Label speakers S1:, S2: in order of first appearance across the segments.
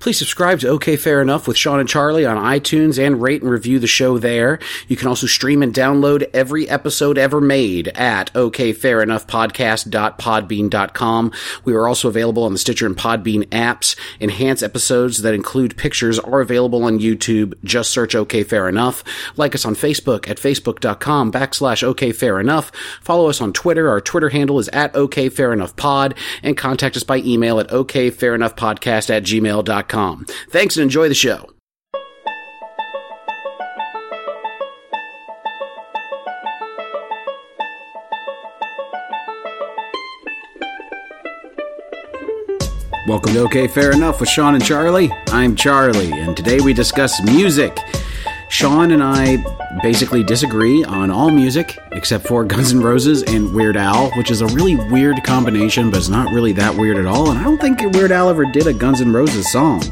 S1: Please subscribe to OK Fair Enough with Sean and Charlie on iTunes and rate and review the show there. You can also stream and download every episode ever made at okfairenoughpodcast.podbean.com. We are also available on the Stitcher and Podbean apps. Enhance episodes that include pictures are available on YouTube. Just search OK Fair Enough. Like us on Facebook at facebook.com backslash OK Fair Enough. Follow us on Twitter. Our Twitter handle is at OK Fair Enough Pod and contact us by email at okfairenoughpodcast at gmail.com. Thanks and enjoy the show. Welcome to OK Fair Enough with Sean and Charlie. I'm Charlie, and today we discuss music. Sean and I basically disagree on all music except for Guns N' Roses and Weird Al, which is a really weird combination, but it's not really that weird at all. And I don't think Weird Al ever did a Guns N' Roses song.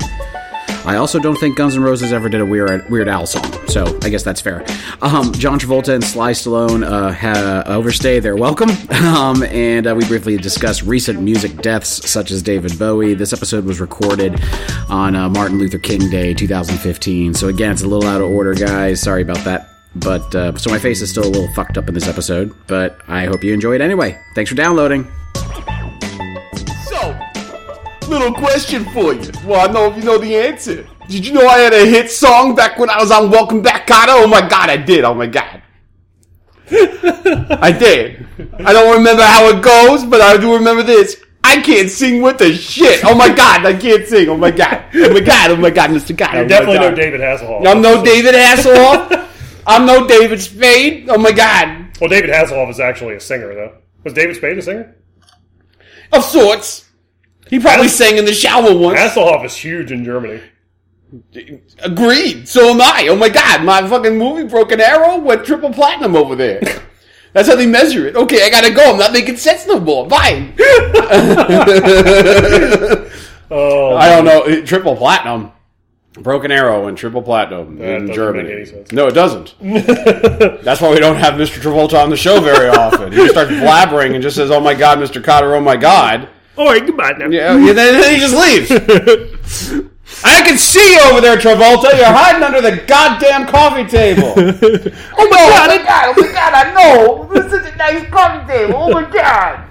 S1: I also don't think Guns N' Roses ever did a Weird, Weird Al song, so I guess that's fair. Um, John Travolta and Sly Stallone uh, had uh, overstay their welcome, um, and uh, we briefly discussed recent music deaths such as David Bowie. This episode was recorded on uh, Martin Luther King Day 2015, so again, it's a little out of order, guys. Sorry about that. But uh, so my face is still a little fucked up in this episode, but I hope you enjoy it anyway. Thanks for downloading.
S2: So, little question for you. Well, I know if you know the answer. Did you know I had a hit song back when I was on Welcome Back, Kotter? Oh my god, I did. Oh my god. I did. I don't remember how it goes, but I do remember this. I can't sing with the shit. Oh my god, I can't sing. Oh my god. Oh my god. Oh my god, Mr. God. Oh my
S3: Definitely
S2: god.
S3: no David Hasselhoff.
S2: I'm no David Hasselhoff. I'm no David Spade. Oh my god.
S3: Well, David Hasselhoff is actually a singer, though. Was David Spade a singer?
S2: Of sorts. He probably sang in the shower once.
S3: Hasselhoff is huge in Germany.
S2: Agreed. So am I. Oh my god, my fucking movie Broken Arrow went triple platinum over there. That's how they measure it. Okay, I gotta go. I'm not making sense no more. Bye.
S3: Oh,
S2: I don't know. It- Triple platinum. Broken Arrow and triple platinum in
S3: doesn't
S2: Germany.
S3: make any sense.
S2: No, it doesn't. That's why we don't have Mr. Travolta on the show very often. He starts blabbering and just says, "Oh my god, Mr. Cotter. Oh my god."
S3: all right, goodbye now.
S2: Yeah, and then, then he just leaves. I can see you over there, Travolta. You're hiding under the goddamn coffee table. oh my god! Oh my god! Oh my god! I know. This is a nice coffee table. Oh my god!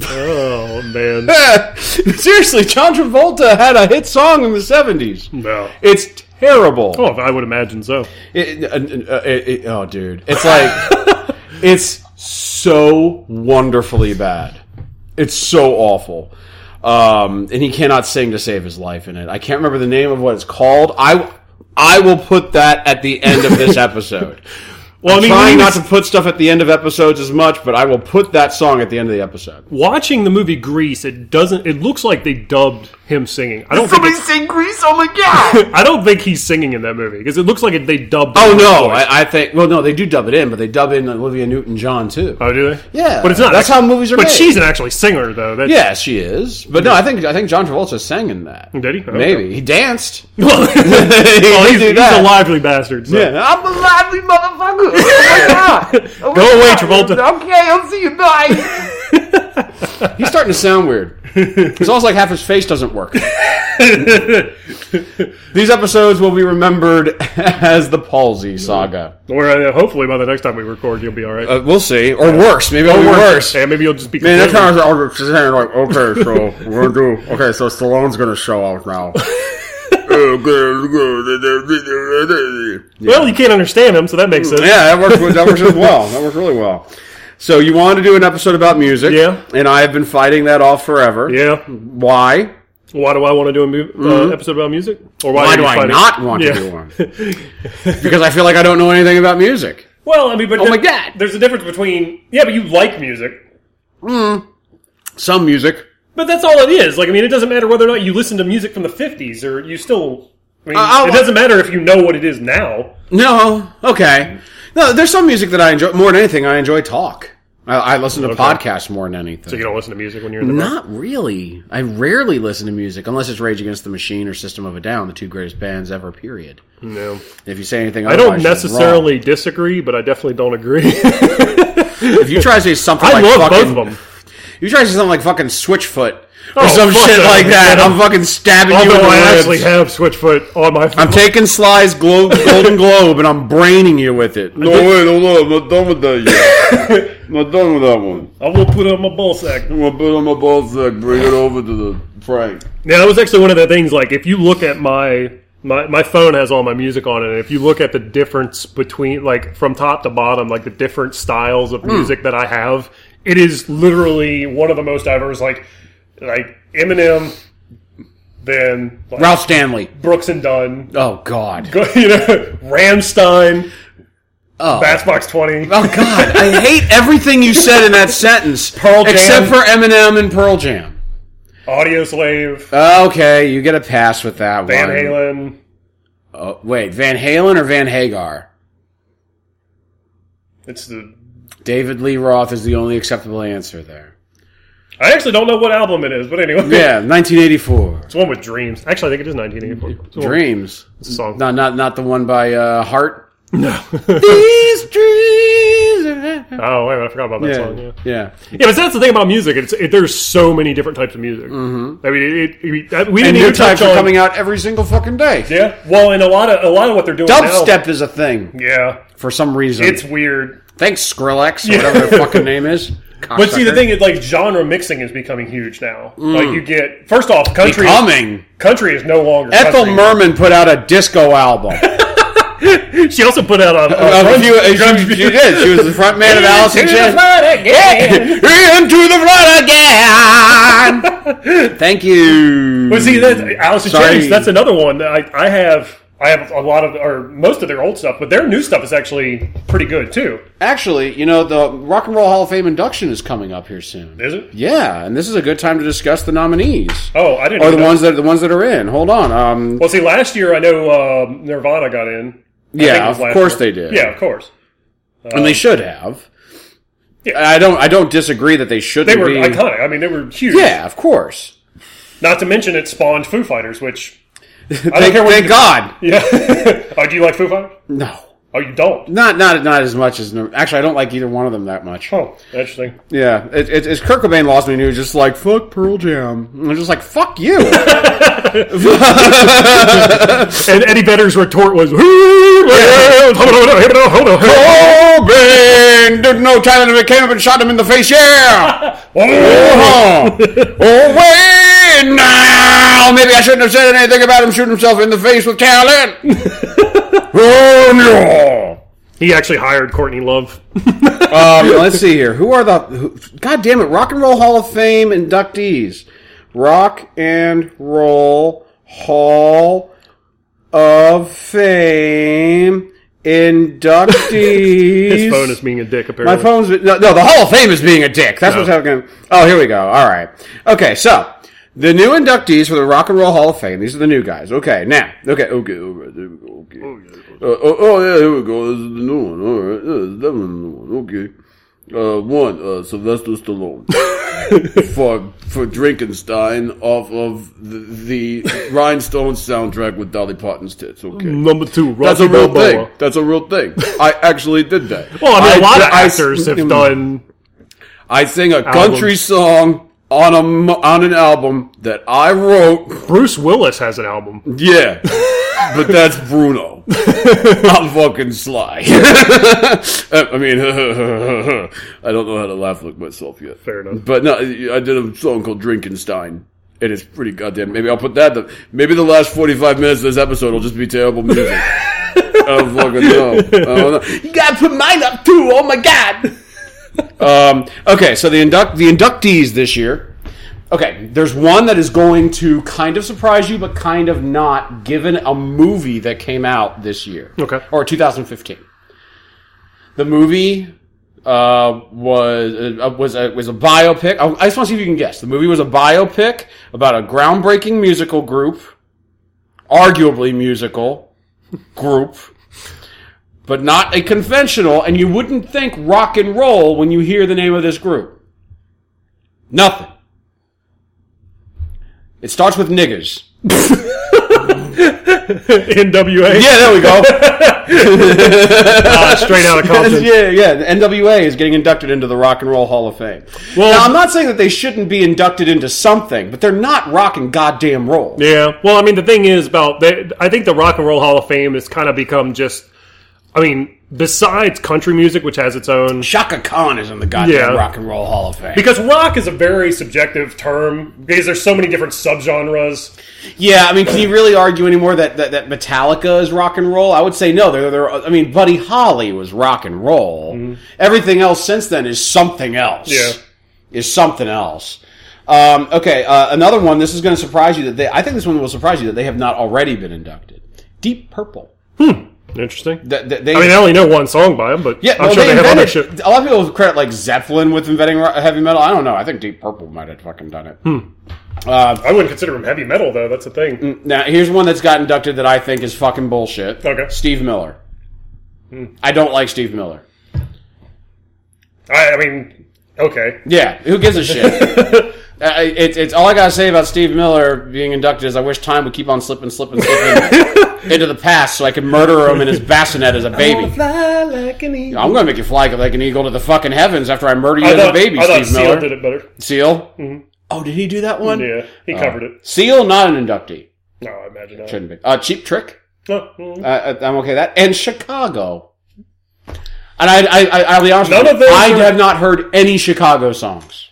S3: Oh man,
S2: Seriously, John Travolta had a hit song in the '70s.
S3: no.
S2: It's terrible.
S3: Oh, I would imagine so.
S2: It- uh, uh, it- it- oh, dude, it's like it's so wonderfully bad. It's so awful. Um, and he cannot sing to save his life in it. I can't remember the name of what it's called. I I will put that at the end of this episode.
S3: Well, I
S2: I'm
S3: mean,
S2: trying
S3: when he
S2: not
S3: was-
S2: to put stuff at the end of episodes as much, but I will put that song at the end of the episode.
S3: watching the movie Grease, it doesn't. It looks like they dubbed him singing. I don't think. it's-
S2: sing Grease? Oh my god!
S3: I don't think he's singing in that movie because it looks like it, they dubbed.
S2: oh
S3: him.
S2: no, I, I think. Well, no, they do dub it in, but they dub in Olivia Newton John too.
S3: Oh, do they?
S2: Yeah,
S3: but it's not.
S2: that's
S3: actually-
S2: how movies are
S3: But
S2: made.
S3: she's an actually singer, though. That's,
S2: Yeah, she is. But no, I think I think John Travolta sang in that.
S3: Did he? Okay.
S2: Maybe he danced.
S3: well,
S2: He
S3: he's,
S2: did
S3: he's
S2: that.
S3: a lively bastard. So.
S2: Yeah, I'm a lively motherfucker. Oh my God. Oh my
S3: Go away,
S2: God.
S3: Travolta.
S2: Okay, I'll see you. Bye. He's starting to sound weird. It's almost like half his face doesn't work. These episodes will be remembered as the palsy saga.
S3: Or uh, hopefully by the next time we record, you'll be all right.
S2: Uh, we'll see, or worse. Maybe it'll be worse.
S3: Yeah, maybe you'll just be.
S2: Man, that's
S3: completely-
S2: how I was saying, like, okay, so we're gonna do, okay, so Stallone's gonna show off now. yeah,
S3: Well, you can't understand him, so that makes sense.
S2: that works. That works as well. That works really well. So you wanted to do an episode about music,
S3: Yeah.
S2: And I have been fighting that off forever.
S3: Yeah.
S2: Why?
S3: Why do I want to do a mu- uh, episode about music? Or
S2: Mm-hmm. Why
S3: are
S2: do
S3: you
S2: I
S3: fighting-
S2: not want
S3: Yeah.
S2: to do one? Because I feel like I don't know anything about music.
S3: Well, I mean, but oh
S2: my God.
S3: there's a difference between yeah, but you like music,
S2: Some music.
S3: but that's all it is. Like, I mean, it doesn't matter whether or not you listen to music from the '50s or you still. I mean,
S2: Uh, I'll-
S3: it doesn't matter if you know what it is now.
S2: No. Okay. No, there's some music that I enjoy more than anything. I enjoy talk. I, I listen to podcasts more than anything.
S3: You don't listen to music when you're in the car.
S2: Not really. I rarely listen to music unless it's Rage Against the Machine or System of a Down, the two greatest bands ever. Period.
S3: No,
S2: If you say anything,
S3: I don't necessarily disagree, but I definitely don't agree.
S2: If you try to say something,
S3: I
S2: like
S3: love
S2: fucking,
S3: both of them.
S2: If you try to say something like fucking Switchfoot or
S3: Oh,
S2: some
S4: fuck
S2: shit
S4: that.
S2: like that. I'm fucking stabbing you in
S4: Although
S2: the
S4: I
S2: ribs.
S4: actually have Switchfoot on my phone.
S2: I'm taking Sly's glo- Golden Globe and I'm braining you with it.
S5: No, wait, no, no, I'm not done with that yet. I'm not done with that one.
S3: I will put on my ball sack.
S5: I'm gonna put on my ball sack, bring it over to the Frank.
S4: Now that was actually one of the things. Like, if you look at my my my phone has all my music on it, and if you look at the difference between like from top to bottom, like the different styles
S2: Hmm.
S4: of music that I have,
S3: It is literally one of the most diverse. Like, like Eminem, then like,
S2: Ralph Stanley.
S3: Brooks and Dunn,
S2: Oh God.
S3: you know, Ramstein,
S2: Oh.
S3: Batsbox Twenty.
S2: Oh God. I hate everything you said in that sentence.
S3: Pearl Jam.
S2: except for Eminem and Pearl Jam. Uh,
S3: Audio Slave,
S2: Okay, you get a pass with that
S3: Van
S2: one.
S3: Halen.
S2: Oh, wait, Van Halen or Van Hagar?
S3: It's the.
S2: David Lee Roth is the only acceptable answer there.
S3: I actually don't know what album it is, but anyway,
S2: Yeah, 1984.
S3: it's one with
S4: dreams. Actually, I think it is 1984. It's a
S2: Dreams.
S4: song.
S2: No, not not the one by uh, Hart.
S4: oh
S2: These dreams. Are...
S3: Oh,
S4: wait, I forgot about that song. Yeah.
S2: Yeah, yeah.
S4: yeah, but that's the thing about music. It's it, there's so many different types of music. Mm-hmm. I mean, it, it, we- that- we
S2: And
S4: didn't
S2: new
S4: even touch
S2: types
S4: on
S2: are coming out every single fucking day.
S3: yeah. Well, and a lot of a lot of what they're doing
S2: Dubstep is a thing
S3: now. Yeah,
S2: for some reason.
S3: it's weird.
S2: Thanks Skrillex, or whatever their fucking name is.
S3: But see, the thing is, like genre mixing is becoming huge now.
S2: Mm.
S3: Like you get first off, country
S2: coming.
S3: country is no longer
S2: Ethel
S3: country.
S2: Merman put out a disco album.
S4: She also put out a, a
S2: Uh, she, she- she did. She was the front man of Alice in Chains. Into the flood again. Thank you.
S3: But see, that's Alice in
S2: Sorry.
S3: Chains. That's another one that I, I have. I have a lot of or most of their old stuff, but their new stuff is actually pretty good too.
S2: Actually, you know, the Rock and Roll Hall of Fame induction is coming up here soon.
S3: Is it?
S2: Yeah, and this is a good time to discuss the nominees
S3: Oh, I didn't.
S2: or
S3: know
S2: the
S3: that.
S2: ones that the ones that are in. Hold on. Um,
S3: Well, see, last year I know um, Nirvana got in. I think it
S2: yeah,
S3: was
S2: of
S3: last
S2: course
S3: year.
S2: they did.
S3: Yeah, of course.
S2: and they should have.
S3: Yeah.
S2: I don't. I don't disagree that they should.
S3: They were oh.
S2: be.
S3: iconic. I mean, they were huge.
S2: Yeah, of course.
S3: Not to mention it spawned Foo Fighters, which I don't
S2: Thank,
S3: care what.
S2: thank
S3: you-
S2: God.
S3: Yeah. oh, do you like Foo Fighters?
S2: No.
S3: Oh, you don't.
S2: Not not not as much as actually I don't like either one of them that much.
S3: Oh, interesting.
S2: Yeah, it, it, it's Kurt Cobain lost me, and he was just like fuck Pearl Jam. And I was just like fuck you.
S4: And Eddie Vedder's retort was, "Who-
S2: Cobain didn't know Tyler and came up and shot him in the face. Yeah. oh, oh wait now maybe I shouldn't have said anything about him shooting himself in the face with Talent. oh no.
S4: He actually hired Courtney Love.
S2: Um, let's see here. Who are the? Who, God damn it! Rock and Roll Hall of Fame inductees. Rock and Roll Hall of Fame inductees.
S4: His phone is being a dick, apparently.
S2: My phone's no, no. The Hall of Fame is being a dick. That's what's happening. Oh, here we go. All right. Okay. So the new inductees for the Rock and Roll Hall of Fame. These are the new guys. Okay. Now. Okay.
S5: Okay, alright, there we go, okay. Uh, oh, oh, yeah, here we go. This is the new one. All right, yeah, it's definitely the new one. Okay. Uh, one, uh, Sylvester Stallone. for for Drinkenstein off of the, the Rhinestone soundtrack with Dolly Parton's tits. Okay.
S4: Number two, Rocky
S5: That's a real
S4: Balboa.
S5: thing. That's a real thing. I actually did that.
S4: Well, I mean, a lot of
S5: I-
S4: actors have
S2: mm.
S4: done.
S5: I sing a country song on a m- on an album that I wrote.
S4: Bruce Willis has an album.
S5: Yeah, but that's Bruno. I'm fucking sly. I mean, I don't know how to laugh like myself yet.
S4: Fair enough.
S5: But no, I did a song called Drinkenstein. And it's pretty goddamn. Maybe I'll put that. The, maybe the last forty-five minutes of this episode will just be terrible music. I don't fucking know. I don't know. You gotta put mine up too. Oh my god.
S2: Um, okay, so the induct the inductees this year. Okay, there's one that is going to kind of surprise you, but kind of not, given a movie that came out this year.
S4: Okay.
S2: Or 2015. The movie uh, was uh, was a, was a biopic. I I just want to see if you can guess. The movie was a biopic about a groundbreaking musical group, arguably musical group but not a conventional, and you wouldn't think rock and roll when you hear the name of this group. Nothing. It starts with niggers.
S4: NWA.
S2: Yeah, there we go.
S4: Uh, straight out of Compton.
S2: yeah, yeah. The NWA is getting inducted into the Rock and Roll Hall of Fame.
S4: Well-
S2: now, I'm not saying that they shouldn't be inducted into something, but they're not rocking goddamn roll.
S4: Yeah. Well, I mean, the thing is about they, I think the Rock and Roll Hall of Fame has kind of become just. I mean, besides country music, which has its own.
S2: Shaka Khan is in the goddamn
S4: Yeah.
S2: Rock and Roll Hall of Fame.
S3: Because rock is a very subjective term because there's so many different subgenres.
S2: yeah, I mean, can you really argue anymore that, that, that Metallica is rock and roll? I would say no. They're, they're, I mean, Buddy Holly was rock and roll.
S4: Mm-hmm.
S2: Everything else since then is something else.
S3: Yeah.
S2: Is something else. Um, okay, uh, another one. This is going to surprise you that they, I think this one will surprise you that they have not already been inducted. Deep Purple.
S4: Interesting.
S2: That, that they,
S4: I mean, I only know one song by them, but
S2: Yeah,
S4: I'm
S2: well,
S4: sure
S2: they
S4: they, have other
S2: invented,
S4: shit.
S2: A lot of people credit like Zeppelin with inventing ro- heavy metal. I don't know. I think Deep Purple might have fucking done it.
S4: Hmm.
S3: I wouldn't consider them heavy metal though. That's the thing.
S4: Mm.
S2: Now, here's one that's got inducted that I think is fucking bullshit.
S3: Okay.
S2: Steve Miller.
S3: Hmm.
S2: I don't like Steve Miller.
S3: I, I mean, okay.
S2: Yeah, who gives a shit? uh, it's, it's all I gotta say about Steve Miller being inducted is I wish time would keep on slipping, slipping, slipping into the past so I could murder him in his bassinet as a baby. I'm gonna make you fly like an eagle to the fucking heavens after I murder you
S3: I
S2: as
S3: thought,
S2: a baby,
S3: I thought
S2: Steve Miller.
S3: Seal did Hmm. it better.
S2: Seal? Oh, did he do that one?
S3: Yeah, he
S2: Oh.
S3: covered it.
S2: Seal, not an inductee.
S3: No, I imagine not.
S2: Shouldn't be. Uh, cheap Trick.
S3: No, mm.
S2: Uh, I'm okay with that. And Chicago. And I, I, I, I'll be honest
S3: None
S2: with
S3: of
S2: you,
S3: those
S2: I
S3: are-
S2: have not heard any Chicago songs.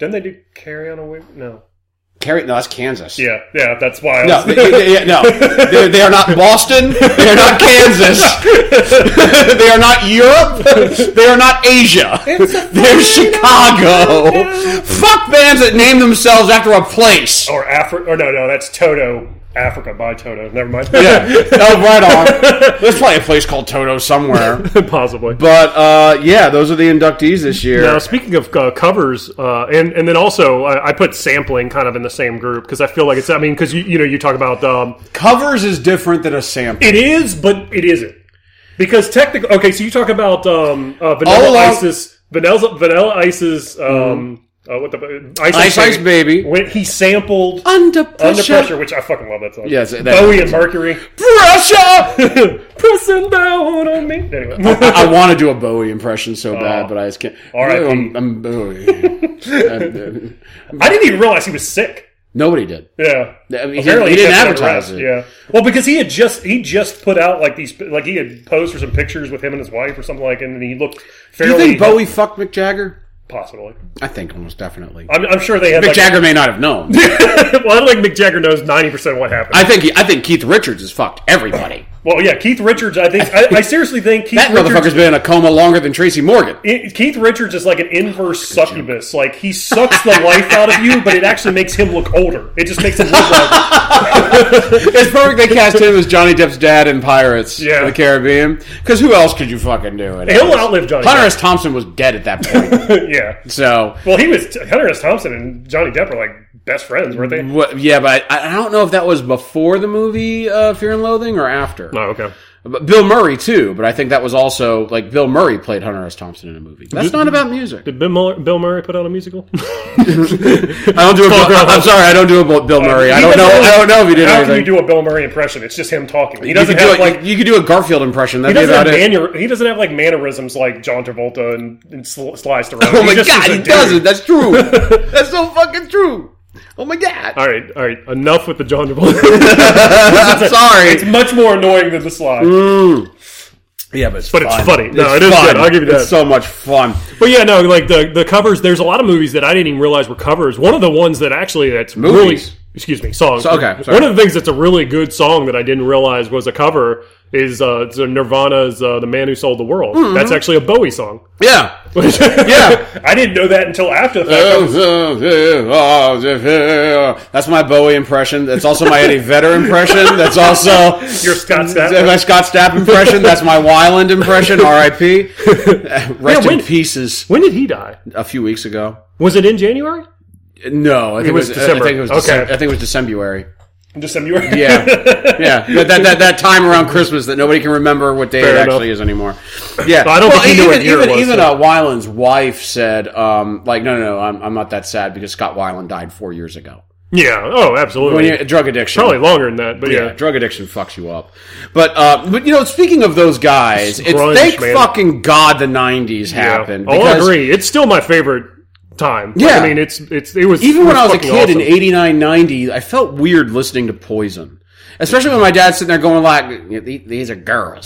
S3: Didn't they do Carry On Away? No.
S2: Carry, no, that's Kansas.
S3: Yeah, yeah. That's why. I
S2: No,
S3: was,
S2: they, they- yeah, no. They, they are not Boston. They are not Kansas. they are not Europe. They are not Asia. They're Chicago. Fuck bands that name themselves after a place.
S3: or Africa? Or no, no. That's Toto. Africa by Toto. Never mind.
S2: Yeah. Oh, right on. There's probably a place called Toto somewhere.
S4: Possibly.
S2: But uh, yeah, those are the inductees this year.
S4: Now, speaking of uh, covers, uh, and and then also I, I put sampling kind of in the same group because I feel like it's. I mean, because you you know you talk about um,
S2: Covers is different than a sample.
S4: it is, but it isn't because technically. Okay, so you talk about um, uh, Vanilla
S2: All along-
S4: Isis, Vanilla Vanilla Ice's um, uh, what the Ice Oh,
S2: Ice Ice Baby.
S4: when he sampled
S2: Under pressure.
S3: Under pressure, which I fucking love that song.
S2: Yes, that-
S3: Bowie and Mercury.
S2: Pressure!
S4: pressing down on me.
S3: Anyway,
S2: I want to do a Bowie impression so
S3: Oh.
S2: bad, but I just can't.
S3: R.I.P.
S2: I'm, I'm Bowie. I'm, uh,
S3: I didn't even realize he was sick.
S2: nobody did.
S3: Yeah.
S2: I mean, he, he didn't
S3: kept it under
S2: advertise
S3: wraps,
S2: it.
S3: Yeah. Well, because he had just he just put out like these like he had posed for some pictures with him and his wife or something like, and he looked
S2: Do you
S3: fairly
S2: think Bowie fucked Mick Jagger?
S3: possibly.
S2: I think almost definitely.
S3: I'm, I'm sure they had
S2: Mick
S3: Oh, like,
S2: Jagger may not have known.
S4: well, I don't think Mick Jagger knows
S3: ninety percent what happened.
S2: I think he, I think Keith Richards has fucked everybody.
S3: well, yeah, Keith Richards. I think I, I seriously think Keith
S2: That motherfucker's
S3: Richards.
S2: been in a coma longer than Tracy Morgan.
S3: I- Keith Richards is like an inverse succubus. Like he sucks the life out of you, but it actually makes him look older. It just makes him look like
S2: It's perfect they cast him as Johnny Depp's dad in Pirates
S3: Yeah.
S2: of the Caribbean. Because who else could you fucking do it?
S3: he'll outlive Johnny.
S2: Hunter S. Thompson was dead at that point.
S3: Depp. Yeah.
S2: so,
S3: Well, he was Hunter S. Thompson and Johnny Depp are like best friends, weren't they?
S2: what, yeah, but I, I don't know if that was before the movie uh, Fear and Loathing or after.
S4: Oh, okay.
S2: But Bill Murray, too, but I think that was also, like, Bill Murray played Hunter S. Thompson in a movie. That's not about music.
S4: Did Bill Murray, Bill Murray put out a musical?
S2: I don't do a Bill, I'm sorry, I don't do a Bill Murray. I don't know, I don't know if he did
S3: How
S2: anything.
S3: can you do a Bill Murray impression? It's just him talking. He
S2: You could
S3: doesn't
S2: do
S3: have
S2: a-
S3: like
S2: you could do a Garfield impression. That'd
S3: he
S2: be
S3: doesn't,
S2: about
S3: have
S2: it.
S3: manner, he doesn't have like mannerisms like John Travolta and, and sl- sliced around.
S2: Oh
S3: He
S2: my
S3: just
S2: god,
S3: is a
S2: he
S3: dude.
S2: doesn't. That's true. That's so fucking true. Oh my god.
S4: all right, all right. Enough with the John Travolta.
S2: I'm
S3: It's
S2: sorry.
S3: much more annoying than the slide.
S2: Yeah, but it's
S4: But it's funny. No, it is good. I'll give you that.
S2: It's so much fun.
S4: but yeah, no, like the the covers. There's a lot of movies that I didn't even realize were covers. One of the ones that actually that's
S2: Movies.
S4: really excuse me songs.
S2: So- okay, sorry.
S4: One of the things that's a really good song that I didn't realize was a cover is uh, it's, uh, Nirvana's uh, "The Man Who Sold the World." That's actually a Bowie song.
S2: Yeah. Mm-hmm. yeah. Oh.
S3: I didn't know that until after the fact.
S4: Oh,
S3: I was-
S2: That's my Bowie impression. That's also my Eddie Vedder impression. That's also
S3: Your Scott
S2: That's
S3: Stapp.
S2: my Scott Stapp impression. That's my Wyland impression. R.I.P. Rest
S4: when-
S2: in pieces.
S4: When did he die?
S2: A few weeks ago.
S4: Was it in January?
S2: No, I think it
S4: was
S2: was,
S4: December.
S2: I think it was
S4: Okay.
S2: Decem- I think it was December.
S3: Just some you were.
S2: Yeah, yeah. That, that, that, that time around Christmas that nobody can remember what day
S4: Fair
S2: it
S4: enough.
S2: actually is anymore. Yeah,
S4: I don't think he knew
S2: even
S4: what year it
S2: even,
S4: was,
S2: even
S4: so.
S2: uh, Weiland's wife said, um, like, no, no, no, I'm, I'm not that sad because Scott Weiland died four years ago.
S4: Yeah. Oh, absolutely.
S2: When you drug addiction,
S4: Probably longer than that, but
S2: yeah,
S4: yeah.
S2: drug addiction fucks you up. But uh, but you know, speaking of those guys, it's
S4: grunge,
S2: thank
S4: man.
S2: fucking god the '90s
S4: Yeah.
S2: happened.
S4: I'll
S2: because
S4: agree. It's still my favorite time. Like,
S2: Yeah.
S4: I mean, it's it's it was
S2: Even
S4: it
S2: when I was a
S4: fucking
S2: kid in
S4: awesome.
S2: '89, '90, I felt weird listening to Poison, especially when my dad's sitting there going like, "These these are girls."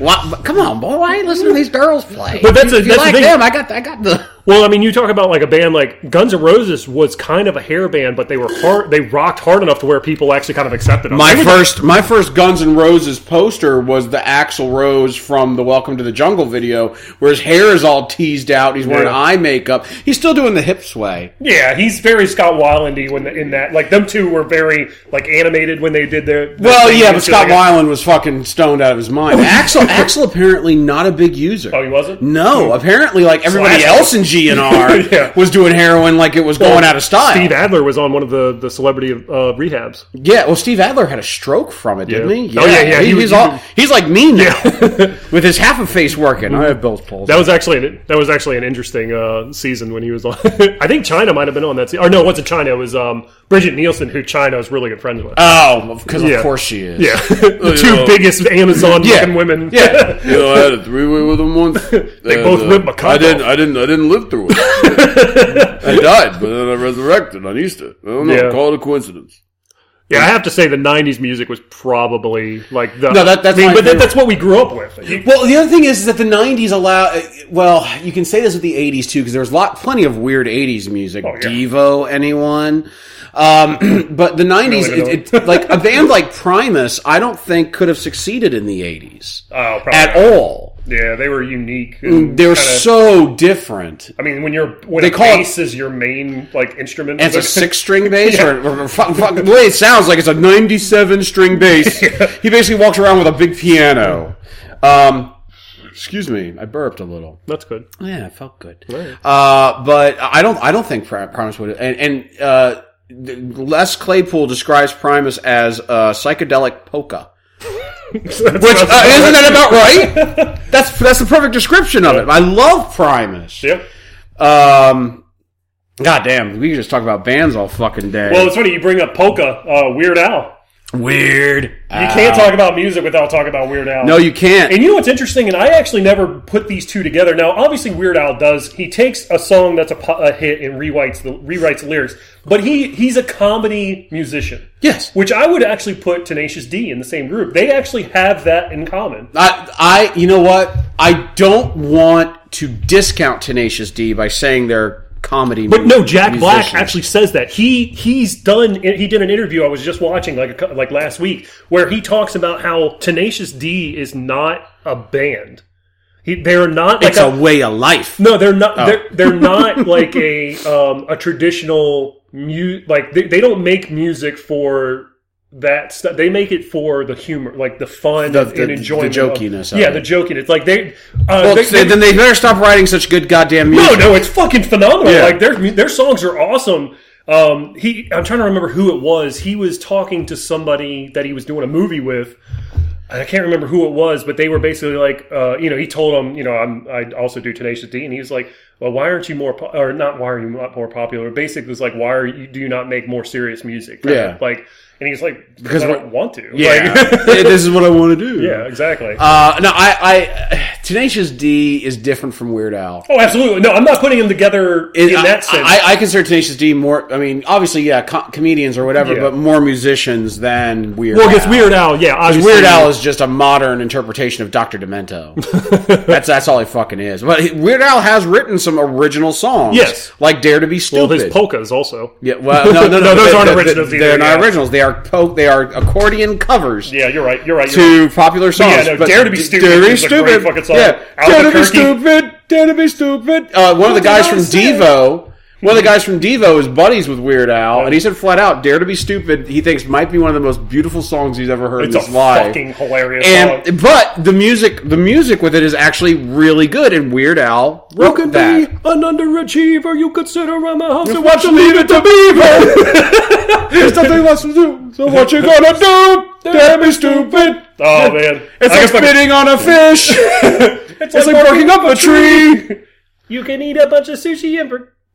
S2: Why- Come on, boy! Why you listening to these girls play?
S4: But that's a-
S2: If you
S4: that's the
S2: like
S4: thing.
S2: them. I got I got the.
S4: Well, I mean, you talk about like a band like Guns N' Roses was kind of a hair band, but they were hard. They rocked hard enough to where people actually kind of accepted them.
S2: My
S4: They would-
S2: first, my first Guns N' Roses poster was the Axl Rose from the Welcome to the Jungle video, where his hair is all teased out. He's wearing
S4: Yeah.
S2: eye makeup. He's still doing the hip sway.
S3: Yeah, he's very Scott Weilandy when in that. Like them two were very like animated when they did their. their
S2: Well,
S3: thing.
S2: yeah, but
S3: It's
S2: Scott
S3: like a-
S2: Weiland was fucking stoned out of his
S4: Oh,
S2: mind. Axel, Axel apparently not a big user.
S3: Oh, he wasn't.
S2: No, apparently, like everybody
S3: Slash.
S2: else in GNR
S4: Hmm. Yeah.
S2: was doing heroin like it was going out of style.
S4: Steve Adler was on one of the the celebrity uh, rehabs.
S2: yeah, well, Steve Adler had a stroke from it, didn't he?
S4: Yeah. Oh, yeah, yeah,
S2: He,
S4: he
S2: he's
S4: was-
S2: all he's like me now, with his half a face working. I have both poles.
S4: That was actually an, that was actually an interesting uh, season when he was on. I think China might have been on that. Se- or no, it wasn't China. It was um, Bridget Nielsen, who China is really good friends with.
S2: oh, because
S4: Yeah.
S2: of course she is.
S4: yeah, the two
S5: yeah.
S4: biggest Amazon fucking women.
S2: Yeah.
S5: You know, I had a three way with him once. they
S4: both ripped my cock
S5: I didn't.
S4: off.
S5: I didn't. I didn't live through it. I died, but then I resurrected on Easter. I don't know.
S4: Yeah.
S5: Call it a coincidence.
S4: yeah. I have to say, the '90s music was probably like the
S2: No, that- that's
S4: I mean,
S2: my
S4: but that,
S2: favorite.
S4: that's what we grew up with. You-
S2: Well, the other thing is, is that the '90s allow. Well, you can say this with the '80s too, because there was lot, plenty of weird '80s music.
S3: Oh,
S2: Devo, anyone? Um, but the '90s,
S3: Really?
S2: it, it, like a band like Primus, I don't think could have succeeded in the '80s
S3: Oh, probably
S2: at
S3: not.
S2: all. Mm,
S3: Yeah, they were unique. and
S2: They were
S3: kinda-
S2: so different.
S3: I mean, when you're when
S2: They
S3: a
S2: call it-
S3: bass is your main like instrument,
S2: And it's a six-string bass, or, or, or fuck, fuck, the way it sounds like it's a ninety-seven-string bass. He basically walks around with a big piano. Um, excuse me, I burped a little.
S4: That's good.
S2: Yeah, it felt good. Uh, but I don't. I don't think Pri- Primus would. And, and uh, th- Les Claypool describes Primus as uh, psychedelic polka. Which uh, isn't that about right? That's that's the perfect description of it. I love Primus.
S3: Yeah.
S2: Um, God damn, we could just talk about bands all fucking day.
S3: Well, it's funny you bring up polka, uh, Weird Al.
S2: weird. You
S3: You can't talk about music without talking about Weird Al.
S2: Ah. No, you can't.
S3: And you know what's interesting? And I actually never put these two together. Now, obviously, Weird Al does. He takes a song that's a, po- a hit and rewrites the rewrites lyrics. But he he's a comedy musician.
S2: yes.
S3: Which I would actually put Tenacious D in the same group. They actually have that in common.
S2: I, I, you know what? I don't want to discount Tenacious D by saying they're comedy.
S4: But no, Jack Black
S2: musicians.
S4: actually.
S3: actually says that he he's done he did an interview I was just watching like a, cou- like last week where he talks about how Tenacious D is not a band. He, they're not like
S2: it's a way of life.
S3: no, they're
S2: Oh.
S3: not. They're, they're not like a um, a traditional mu- like they, they don't make music for that stuff. They make it for the humor, like the fun
S2: The-
S3: and-
S2: the-
S3: and
S2: the
S3: enjoyment.
S2: jokiness
S3: Of,
S2: of
S3: yeah,
S2: it.
S3: the jokiness. Like they. Uh,
S2: Well,
S3: they,
S2: th-
S3: they-
S2: then they better stop writing such good goddamn
S3: no,
S2: music.
S3: no, it's fucking phenomenal.
S2: Yeah.
S3: Like their their songs are awesome. Um, he, I'm trying to remember who it was. He was talking to somebody that he was doing a movie with. And I can't remember who it was, but they were basically like, uh, you know, he told them, you know, I'm, I also do Tenacious D, and he was like, well, why aren't you more, po- or not, why are you not more popular? Basically, it was like, why are you do you not make more serious music? Kind of
S2: Yeah.
S3: like, and he's like, because I
S2: we're-
S3: don't want to.
S2: Yeah.
S3: like,
S2: Hey, this is what I want to do.
S3: yeah, exactly.
S2: Uh, no, I, I, Tenacious D is different from Weird Al.
S3: oh, absolutely. No, I'm not putting them together
S2: It-
S3: in
S2: I,
S3: that sense.
S2: I, I consider Tenacious D more. I mean, obviously, yeah, co- comedians or whatever,
S3: Yeah.
S2: but more musicians than Weird.
S4: Well,
S2: Al.
S4: because Weird Al, yeah, obviously,
S2: Weird Al is just a modern interpretation of Doctor Demento. that's that's all he fucking is. But he- Weird Al has written some original songs.
S4: Yes.
S2: like Dare to Be Stupid.
S4: Well, his polkas also.
S2: yeah, well, no, no, no,
S4: No, those
S2: they-
S4: aren't
S2: they-
S4: originals
S2: They're
S4: either,
S2: not
S4: yeah.
S2: originals. They are po- they are accordion covers.
S3: yeah, you're right. You're right. You're right.
S2: to popular songs.
S3: yeah, no,
S2: but
S3: Dare to Be
S2: D-
S3: Stupid
S2: Dare to be
S3: is a great
S2: stupid.
S3: fucking song.
S2: Yeah. Dare to be
S3: Albuquerque.
S2: stupid. Dare to be stupid. Uh, one of the guys from Devo. One of the guys from Devo is buddies with Weird Al, and he said flat out, "Dare to be stupid." He thinks might be one of the most beautiful songs he's ever heard
S3: It's
S2: in his
S3: a
S2: life.
S3: fucking hilarious song.
S2: and but the music, the music with it is actually really good, and Weird Al wrote that.
S4: an underachiever. You consider I'm a house.
S2: So what you leave it to Beaver? There's nothing left to do. So what you gonna do? Dare to be stupid.
S3: Oh man,
S2: It's
S3: I
S2: like
S3: guess I-
S2: spitting on a fish. it's, like, barking up a tree.
S3: You can eat a bunch of sushi and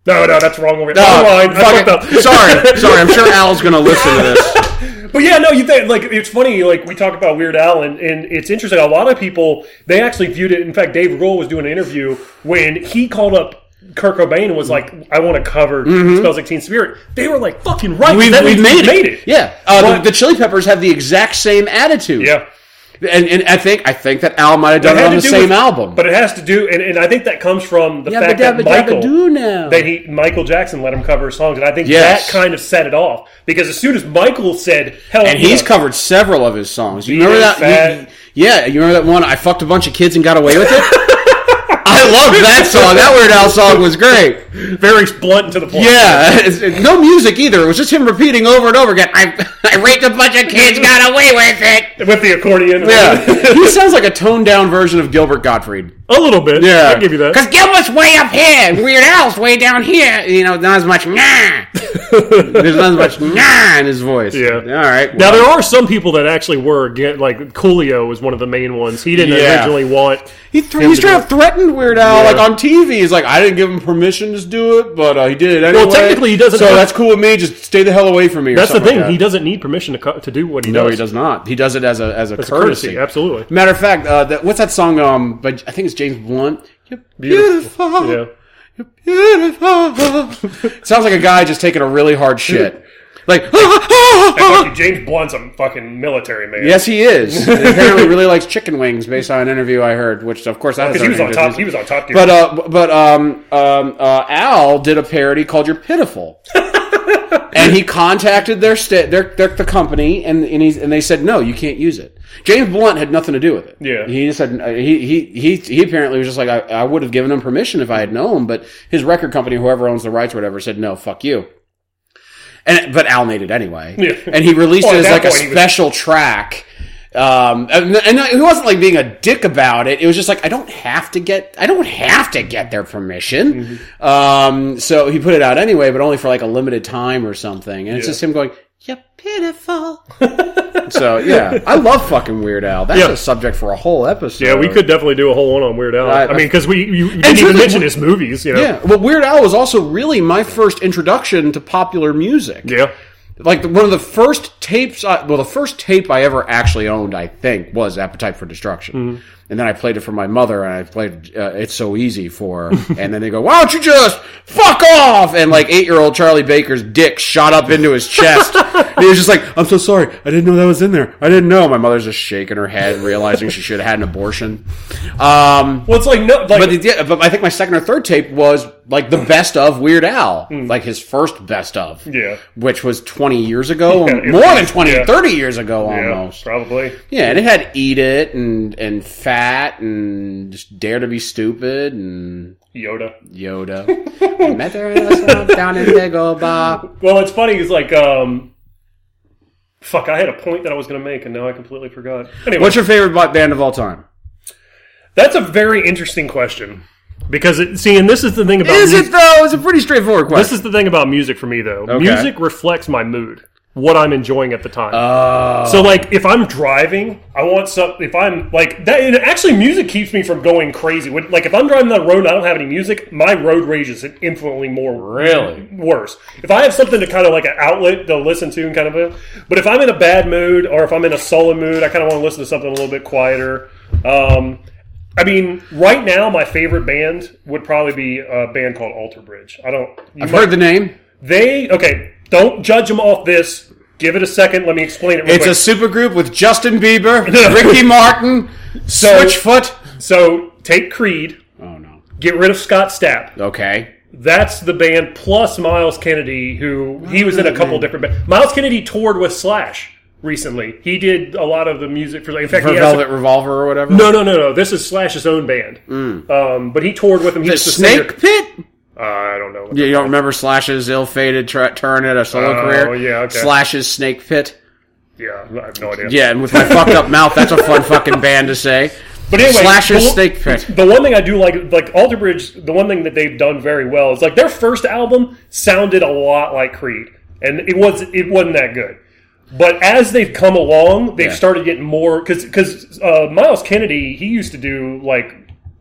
S3: No, no, that's wrong. Over.
S2: Oh,
S3: Never mind. I
S2: fuck
S3: fucked
S2: it.
S3: up.
S2: Sorry, sorry. I'm sure Al's gonna listen to this.
S3: But yeah, no, you think like it's funny. Like we talk about Weird Al, and, and it's interesting. A lot of people they actually viewed it. In fact, Dave Grohl was doing an interview when he called up Kurt Cobain and was like, "I want to cover Smells Like Teen Spirit." They were like, "Fucking right,
S2: We,
S3: that
S2: we
S3: means
S2: Mm-hmm. made,
S3: made
S2: it. Yeah. Uh,
S3: But-
S2: the, the Chili Peppers have the exact same attitude.
S3: yeah."
S2: And, and I think I think that Al might have
S3: It
S2: done it,
S3: had
S2: on
S3: to
S2: the
S3: do
S2: same
S3: with-
S2: album.
S3: but it has to do, and, and I think that comes from the
S2: yeah,
S3: fact
S2: but
S3: that Michael
S2: do now.
S3: that he Michael Jackson let him cover songs, and I think
S2: Yes.
S3: that kind of set it off because as soon as Michael said, "Hell,"
S2: and
S3: you
S2: he's
S3: know,
S2: covered several of his songs. You remember
S3: is
S2: that?
S3: fat.
S2: you- yeah, you remember that one? I fucked a bunch of kids and got away with it. I love that song. That Weird Al song was great.
S3: very blunt and to the point.
S2: Yeah, it's- it's no music either. It was just him repeating over and over again. I I raped a bunch of kids, got away with it.
S3: with the accordion.
S2: Yeah, he sounds like a toned down version of Gilbert Gottfried.
S4: A little bit. I'll give you that.
S2: Because Gilbert's way up here, and Weird Al's way down here. You know, not as much nah. There's not as much nah in his voice.
S4: Yeah.
S2: All right.
S4: Now
S2: well,
S4: there are some people that actually were get, like Coolio was one of the main ones. He didn't
S2: Yeah.
S4: originally want.
S2: he thr- he's
S4: to do
S2: trying to threaten Weird Al
S4: Yeah.
S2: like on TV. He's like, I didn't give him permission to do it, but uh, he did it anyway.
S4: Well, technically, he doesn't
S2: So
S4: have-
S2: that's cool with me. Just stay the hell away from me. or
S4: That's the
S2: something
S4: thing.
S2: like
S4: he
S2: that.
S4: doesn't need permission to co- to do what he
S2: No,
S4: does.
S2: he does not. He does it as a as a
S4: It's a courtesy,
S2: courtesy.
S4: absolutely.
S2: Matter of fact, uh, that, what's that song? Um, by, I think it's James Blunt. You're beautiful.
S4: Yeah.
S2: beautiful. Sounds like a guy just taking a really hard shit. Like,
S3: Fuck you, James Blunt's a fucking military man.
S2: yes, he is. And apparently, really likes chicken wings, based on an interview I heard. Which, of course, that's
S3: because he was on
S2: already
S3: top.
S2: business.
S3: He was on top. Gear.
S2: But uh, but um, um, uh, Al did a parody called "You're Pitiful," and he contacted their sta their, their the company, and and, he's, and they said no, you can't use it. James Blunt had nothing to do with it.
S3: Yeah.
S2: he just said uh, he he he he apparently was just like I, I would have given him permission if I had known, but his record company, whoever owns the rights or whatever, said no, fuck you. And but Al made it anyway,
S3: Yeah. Oh,
S2: and he released
S3: Well,
S2: it as
S3: at that
S2: like a
S3: point, he was-
S2: special track. Um, and, and he wasn't like being a dick about it. It was just like I don't have to get, I don't have to get their permission.
S3: Mm-hmm.
S2: Um, so he put it out anyway, but only for like a limited time or something. And it's just him going, "You're pitiful." so yeah, I love fucking Weird Al. That's
S4: Yeah.
S2: a subject for a whole episode.
S4: Yeah, we could definitely do a whole one on Weird Al.
S2: I-
S4: I, mean, because we you, you
S2: And
S4: didn't even
S2: truly-
S4: mention his movies. You know.
S2: Yeah, well, Weird Al was also really my first introduction to popular music.
S4: Yeah.
S2: like the- one of the first tapes I, well the first tape i ever actually owned i think was appetite for destruction and then i played it for my mother and i played uh, it's so easy for her and then they go why don't you just fuck off and like eight-year-old charlie baker's dick shot up into his chest and he was just like i'm so sorry i didn't know that was in there i didn't know my mother's just shaking her head realizing she should have had an abortion um,
S3: well, it's like no, like
S2: but, it, yeah, but I think my second or third tape was like the best of Weird Al, like his first best of,
S3: Yeah.
S2: which was 20 years ago,
S3: Yeah, it
S2: more than
S3: was,
S2: 20,
S3: yeah.
S2: 30 years ago
S3: yeah,
S2: almost. Yeah.
S3: probably.
S2: and it had Eat It and and Fat and just Dare to Be Stupid and
S3: Yoda.
S2: Yoda. I met her in a swamp down in Big Bar.
S3: Well, it's funny. It's like um, fuck. I had a point that I was going to make, and now I completely forgot. Anyway,
S2: What's your favorite bo- band of all time?
S3: that's a very interesting question.
S4: Because it, see, and this is the thing about
S2: Is
S4: music,
S2: it though? It's a pretty straightforward
S4: this
S2: question.
S4: is the thing about music for me though. Music reflects my mood, what I'm enjoying at the time.
S2: Oh.
S3: So,
S2: Um,
S3: like, if I'm driving, I want some. If I'm like that, and actually, music keeps me from going crazy. When, like, if I'm driving down the road and I don't have any music, my road rage is infinitely more
S2: Really?
S3: worse. If I have something to kind of like an outlet to listen to and kind of, a, but if I'm in a bad mood or if I'm in a sullen mood, I kind of want to listen to something a little bit quieter. Um, I mean, right now, my favorite band would probably be a band called Alter Bridge. I don't. You
S2: I've heard the name.
S3: they okay. Don't judge them off this. Give it a second. Let me explain it. Real
S2: It's
S3: quick.
S2: a supergroup with Justin Bieber, Ricky Martin, Switchfoot.
S3: So take Creed,
S2: Oh no.
S3: get rid of Scott Stapp.
S2: Okay.
S3: That's the band plus Miles Kennedy, who he was in a couple different bands. Miles Kennedy toured with Slash recently. He did a lot of the music for. In fact,
S2: For
S3: he has
S2: Velvet Revolver or whatever.
S3: no, no, no, no. This is Slash's own band. Um, but he toured with him. He
S2: Mm. The
S3: was the
S2: Snake
S3: singer. Uh,
S2: Pit.
S3: I don't know.
S2: You don't remember Slash's ill-fated tra- turn at a solo
S3: Oh,
S2: career?
S3: yeah, okay.
S2: Slash's Snake Pit.
S3: Yeah, I have no idea.
S2: Yeah, and with my fucked up mouth, that's a fun fucking band to say.
S3: But anyway,
S2: Slash's
S3: the-
S2: Snake Pit.
S3: The one thing I do like, like Alterbridge, the one thing that they've done very well is like their first album sounded a lot like Creed, and it was it wasn't that good. But as they've come along, they've
S2: Yeah.
S3: started getting more because because uh, Miles Kennedy he used to do like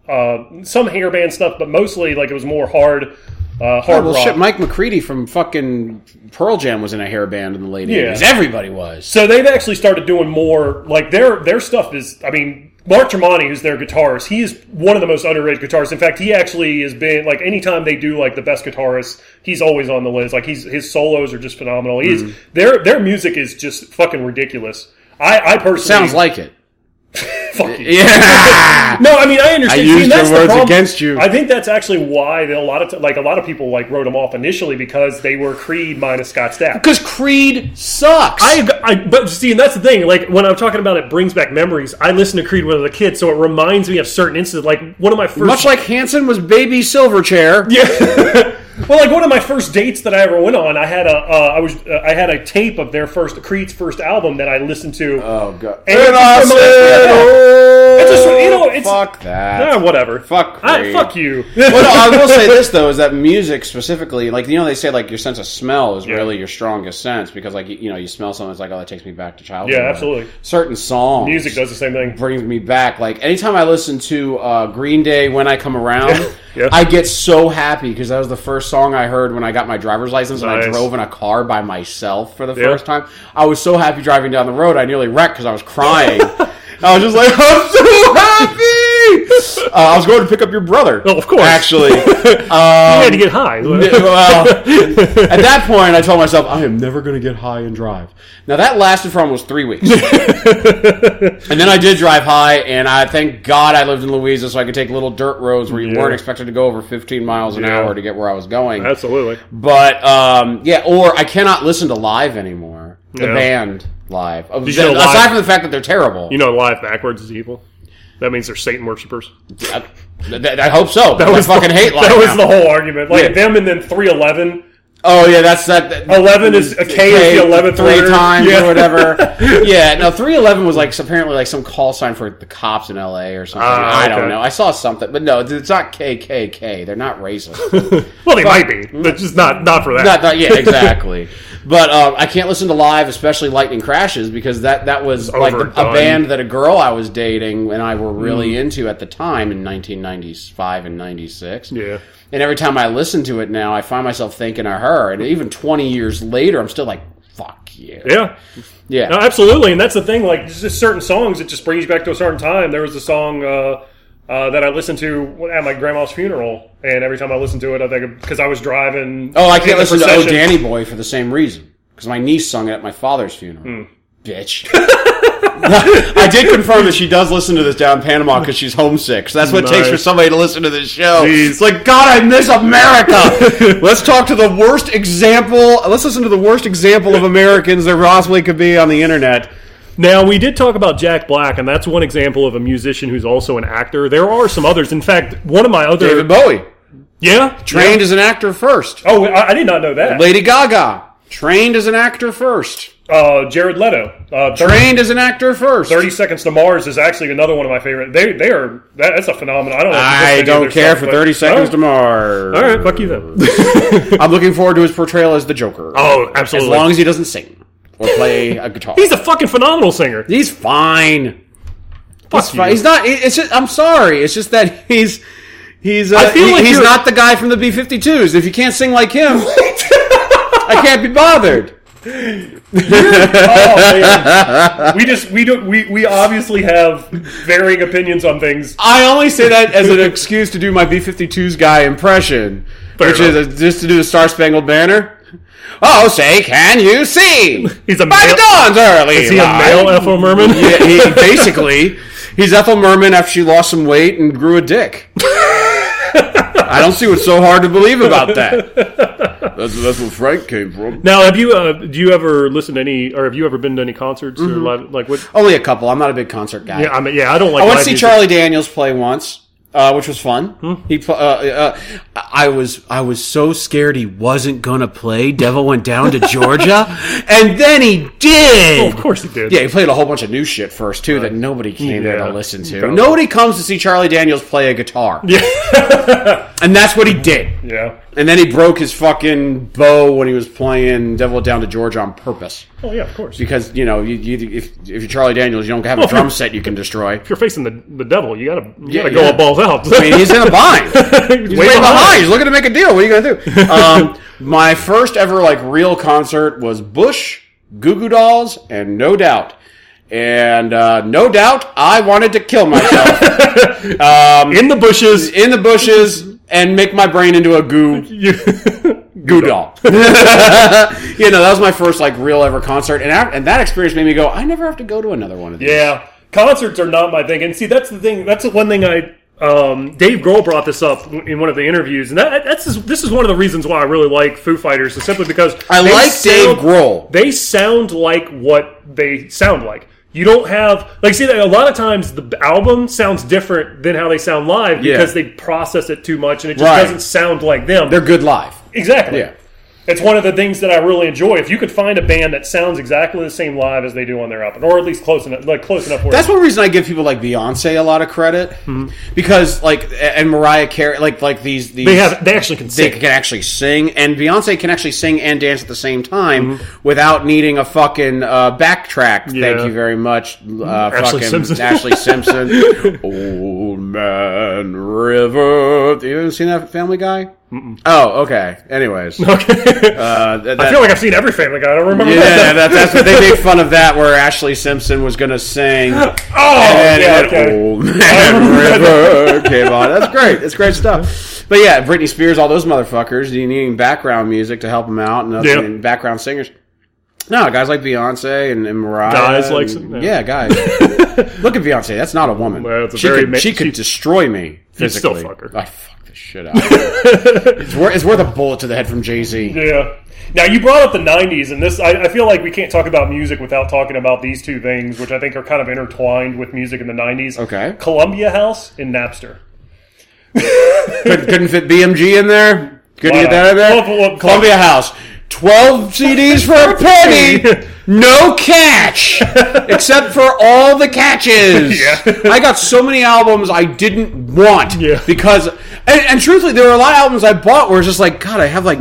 S3: uh, some hair band stuff, but mostly like it was more hard uh,
S2: Oh,
S3: hard
S2: Well,
S3: rock.
S2: shit, Mike McCready from fucking Pearl Jam was in a hair band in the late
S3: Yeah.
S2: 80s. Everybody was.
S3: So they've actually started doing more like their their stuff is I mean Mark Tremonti, who's their guitarist, he is one of the most underrated guitarists. In fact, he actually has been like anytime they do like the best guitarists, he's always on the list. Like he's his solos are just phenomenal. He's
S2: Mm-hmm.
S3: their their music is just fucking ridiculous. I, I personally
S2: Sounds like it.
S3: fuck you.
S2: Yeah!
S3: No, I mean I understand.
S2: I
S3: See, and
S2: used
S3: that's
S2: your
S3: the
S2: words
S3: problem.
S2: against you.
S3: I think that's actually why that a lot of t- like a lot of people like wrote them off initially because they were Creed minus Scott Stapp.
S2: Because Creed sucks.
S3: I, I, but see, and that's the thing. Like when I'm talking about it, brings back memories. I listened to Creed when I was a kid, so it reminds me of certain incidents. Like one of my first,
S2: Much like Hanson was baby Silverchair. Yeah.
S3: well, like one of my first dates that I ever went on. I had a, uh, I was, uh, I had a tape of their first Creed's first album that I listened to.
S2: Oh, God.
S3: And it just reminds me of that. It's a- you know, it's-
S2: "Oh, fuck that.
S3: Ah, whatever.
S2: Fuck
S3: I,
S2: Creed.
S3: fuck you.
S2: well, no, I will say this though is that music specifically, like you know, they say like your sense of smell is really your strongest sense because like you you know you smell something, it's like oh that takes me back to childhood.
S3: Yeah, absolutely.
S2: Certain songs,
S3: Music does the same thing.
S2: brings me back. Like anytime I listen to uh, Green Day when I come around,
S3: Yeah.
S2: I get so happy because that was the first song I heard when I got my driver's license and I
S3: Nice.
S2: drove in a car by myself for the first time. I was so happy driving down the road, I nearly wrecked because I was crying. I was just like, I'm so happy. Uh, I was going to pick up your brother.
S3: Oh, of course.
S2: actually.
S3: you had to get high.
S2: well, at that point, I told myself, I am never going to get high and drive. Now, that lasted for almost three weeks. and then I did drive high, and I thank God I lived in Louisa so I could take little dirt roads where you weren't expected to go over 15 miles an
S4: Yeah.
S2: hour to get where I was going.
S4: Absolutely.
S2: but, um, yeah, or I cannot listen to live anymore. The
S4: Yeah.
S2: band live.
S4: should
S2: aside
S4: have live-
S2: from the fact that they're terrible.
S4: You know, live backwards is evil. That means they're Satan worshippers.
S2: I, I- I hope so. That was I fucking hate live.
S3: that was
S2: now.
S3: the whole argument. Like
S2: Yeah.
S3: them and then 311.
S2: Oh yeah, that's that. that-
S3: 11 is- a K is the 11th
S2: three
S3: letter.
S2: times
S3: Yeah.
S2: or whatever. yeah, no, three eleven was like apparently like some call sign for the cops in L.A. or something.
S4: Ah,
S2: I
S4: okay.
S2: don't know. I saw something, but no, it's not KKK. They're not racist.
S4: Well, they might be, but just not not for that.
S2: not, not- yeah, exactly. but um, I can't listen to live, especially Lightning Crashes, because that that was like
S4: overdone.
S2: a band that a girl I was dating and I were really
S3: Mm.
S2: into at the time in 1995 and 96.
S4: yeah.
S2: And every time I listen to it now, I find myself thinking of her. And even 20 years later, I'm still like, fuck you.
S4: Yeah.
S2: Yeah.
S3: No, absolutely, and that's the thing. Like, there's just certain songs, it just brings you back to a certain time. There was a song uh, uh, that I listened to at my grandma's funeral, and every time I listen to it, I think because I was driving.
S2: oh, I
S3: in
S2: can't
S3: the
S2: listen to Oh
S3: procession.
S2: Danny Boy for the same reason. Because my niece sung it at my father's funeral.
S4: Hmm.
S2: Bitch. I did confirm that she does listen to this down in Panama because she's homesick. So that's what it takes for
S4: Nice.
S2: somebody to listen to this show.
S4: Jeez.
S2: It's like, God, I miss America. let's talk to the worst example. Let's listen to the worst example of Americans there possibly could be on the internet.
S4: Now we did talk about Jack Black, and that's one example of a musician who's also an actor. There are some others. In fact, one of my other
S2: David Bowie.
S4: yeah,
S2: Trained as an actor first.
S3: Oh, I, I did not know that.
S2: Lady Gaga, trained as an actor first.
S3: Uh, Jared Leto, uh, 30,
S2: Trained as an actor first.
S3: Thirty Seconds to Mars is actually another one of my favorite. They they are that, that's a phenomenon. I don't. Know if you've
S2: I
S3: listened to
S2: don't
S3: their
S2: care
S3: stuff,
S2: for
S3: but-
S2: 30 Seconds
S3: Oh,
S2: to Mars.
S4: All right, fuck you then.
S2: I'm looking forward to his portrayal as the Joker.
S4: Oh,
S2: As
S4: absolutely.
S2: long as he doesn't sing or play a guitar.
S4: He's a fucking phenomenal singer.
S2: He's fine.
S4: Fuck
S2: He's
S4: you.
S2: fine. He's not. it- It's just. I'm sorry. It's just that he's. He's. Uh,
S4: I feel
S2: he-
S4: like
S2: he's
S4: you're-
S2: not the guy from the B-52s. If you can't sing like him, I can't be bothered.
S3: Oh, we just we don't we, we obviously have varying opinions on things.
S2: I only say that as an excuse to do my B-52s guy impression, which
S4: enough.
S2: is just to do the Star Spangled Banner. Oh, say, can you see?
S4: He's a
S2: By
S4: male-
S2: the dawn's early.
S4: Is he a male Ethel Merman?
S2: yeah, he, basically, he's Ethel Merman after she lost some weight and grew a dick. I don't see what's so hard to believe about that.
S5: That's, that's where Frank came from.
S4: Now, have you uh, do you ever listen to any, or have you ever been to any concerts or
S2: Mm-hmm.
S4: live, like what?
S2: Only a couple. I'm not a big concert guy.
S4: Yeah, I mean, yeah, I don't like.
S2: I went to
S4: live
S2: see
S4: music.
S2: Charlie Daniels play once, uh, which was fun.
S4: Hmm.
S2: He pl- uh, uh, I was I was so scared he wasn't gonna play. Devil went down to Georgia, and then he
S4: Oh,
S2: did.
S4: of course he did.
S2: Yeah, he played a whole bunch of new shit first too that nobody came there
S4: Yeah.
S2: to listen to.
S4: Probably.
S2: Nobody comes to see Charlie Daniels play a guitar. Yeah. and that's what he did.
S3: Yeah.
S2: And then he broke his fucking bow when he was playing Devil Down to Georgia on purpose
S3: Oh yeah, of course.
S2: because you know you, you, if if you're Charlie Daniels, you don't have a drum set you can destroy.
S4: If you're facing the, the devil, you gotta you
S2: Yeah,
S4: gotta go
S2: yeah.
S4: up balls out.
S2: I mean, he's in a bind. He's way, behind. He's looking to make a deal. What are you going to do? Um, my first ever like real concert was Bush, Goo Goo Dolls, and No Doubt. And uh, no doubt, I wanted to kill myself
S4: in the bushes.
S2: in the bushes and make my brain into a goo
S4: You,
S2: goo doll. you know, that was my first like real ever concert, and I, and that experience made me go, I never have to go to another one of these.
S3: Yeah, concerts are not my thing. And see, that's the thing. That's the one thing I. Um, Dave Grohl brought this up in one of the interviews, and that, that's this is one of the reasons why I really like Foo Fighters is simply because
S2: I
S3: they
S2: like Dave
S3: sound-
S2: Grohl.
S3: They sound like what they sound like. You don't have like see that a lot of times the album sounds different than how they sound live
S2: Yeah.
S3: because they process it too much and it just
S2: Right.
S3: doesn't sound like them.
S2: They're good live.
S3: exactly.
S2: Yeah.
S3: It's one of the things that I really enjoy. If you could find a band that sounds exactly the same live as they do on their album, or at least close enough, like close enough. Where
S2: That's one reason I give people like Beyonce a lot of credit
S4: Hmm.
S2: because like a- and Mariah Carey like like these these
S4: they have they actually can
S2: they
S4: sing.
S2: can actually sing and Beyonce can actually sing and dance at the same time without needing a fucking uh, backtrack. Thank
S4: Hmm. Yeah. Hmm.
S2: you very much, uh,
S4: Ashley
S2: fucking
S4: Simpson.
S2: Ashley Simpson, Old Man River. You haven't seen that Family Guy? Oh, okay. Anyways, Uh, that-
S3: I
S2: that-
S3: feel like I've seen every Family Guy. I don't remember.
S2: yeah, that, that's what they made fun of that where Ashley Simpson was going to sing. Oh, and
S3: yeah,
S2: and
S3: okay.
S2: Old Man River came on. That's great. That's great stuff. But yeah, Britney Spears, all those motherfuckers, you needing background music to help them out and,
S4: Yeah.
S2: and background singers. No, guys like Beyonce and, and Mariah.
S4: Guys
S2: and-
S4: like some-
S2: yeah, guys. Look at Beyonce. That's not a woman.
S4: Well, it's a
S2: she,
S4: very
S2: could,
S4: ma-
S2: she could
S4: she-
S2: destroy me
S4: You'd still
S2: physically.
S4: fuck her.
S2: I fuck the shit out. of her. it's, worth, it's worth a bullet to the head from Jay Z.
S3: Yeah. Now you brought up the '90s, and this I, I feel like we can't talk about music without talking about these two things, which I think are kind of intertwined with music in the '90s.
S2: Okay.
S3: Columbia House and Napster.
S2: Could, couldn't fit BMG in there. Couldn't
S3: Why
S2: get
S3: not?
S2: that in there.
S3: Well, well,
S2: Columbia House. 12 CDs for a penny. No catch. Except for all the catches. I got so many albums I didn't want.
S4: Yeah.
S2: Because, and, and truthfully, there were a lot of albums I bought where it's just like, God, I have like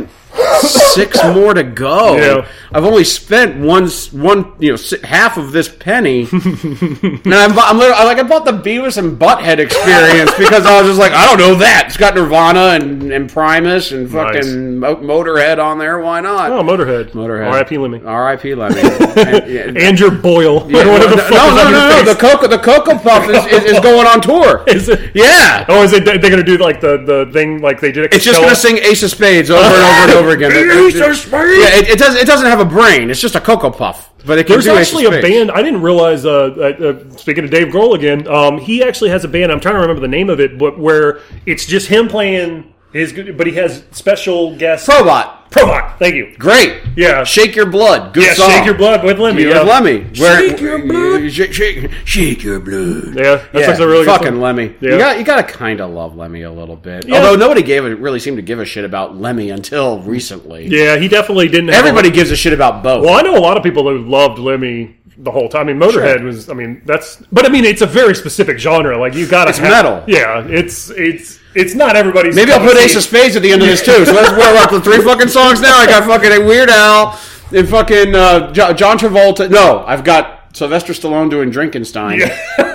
S2: six more to go.
S4: Yeah.
S2: I've only spent one, s- one, you know, s- half of this penny. And I'm, I'm literally, I, like I bought the Beavis and Butthead experience because I was just like, I don't know that. It's got Nirvana and, and Primus and fucking Mo- Motorhead on there. Why not?
S4: Oh, Motorhead.
S2: Motorhead.
S4: R.I.P. Lemmy.
S2: R.I.P. Lemmy. And- yeah.
S4: Andrew Boyle.
S2: Yeah,
S4: Whatever the
S2: no,
S4: fuck
S2: no,
S4: is on
S2: no,
S4: your
S2: no, no. The
S4: face.
S2: Cocoa, the Cocoa Puff is, is, is going on tour.
S4: Is it-
S2: Yeah.
S4: Oh, is it? They're gonna do like the, the thing like they did. At
S2: It's just going to
S4: Coachella?
S2: sing Ace of Spades over and over and over again. It- it-
S4: Spades.
S2: Yeah, it, it, does, it doesn't have a brain. It's just a Cocoa Puff. But it can
S4: There's
S2: do Ace of
S4: actually a
S2: Spades.
S4: band. I didn't realize. Uh, uh, uh, speaking of Dave Grohl again, um, he actually has a band. I'm trying to remember the name of it, but where it's just him playing.
S3: His, good- but he has special guests.
S2: Probot.
S3: Probot. Thank you.
S2: Great.
S3: Yeah.
S2: Shake Your Blood. Good
S3: Yeah,
S2: song.
S3: shake your blood with Lemmy.
S2: Yeah,
S3: yeah.
S2: Lemmy. Where,
S5: Shake your blood.
S2: Shake, shake, shake your blood.
S4: Yeah, that
S2: Yeah,
S4: sounds a really good
S2: fucking
S4: song.
S2: Lemmy.
S4: Yeah.
S2: You got you got to kind of love Lemmy a little bit. Although nobody gave a, really seemed to give a shit about Lemmy until recently.
S4: Yeah, he definitely didn't. Have
S2: Everybody gives a shit about both.
S4: Well, I know a lot of people who loved Lemmy the whole time. I mean, Motorhead
S2: Sure.
S4: was. I mean, that's. But I mean, it's a very specific genre. Like you got to.
S2: It's metal.
S4: Yeah, it's it's
S3: It's not everybody's.
S2: Maybe I'll
S3: cup of
S2: put
S3: tea.
S2: Ace of Spades at the end of this too. So that's we're up to three fucking songs now. I got fucking Weird Al and fucking uh, Jo- John Travolta. No, I've got Sylvester Stallone doing Drinkenstein.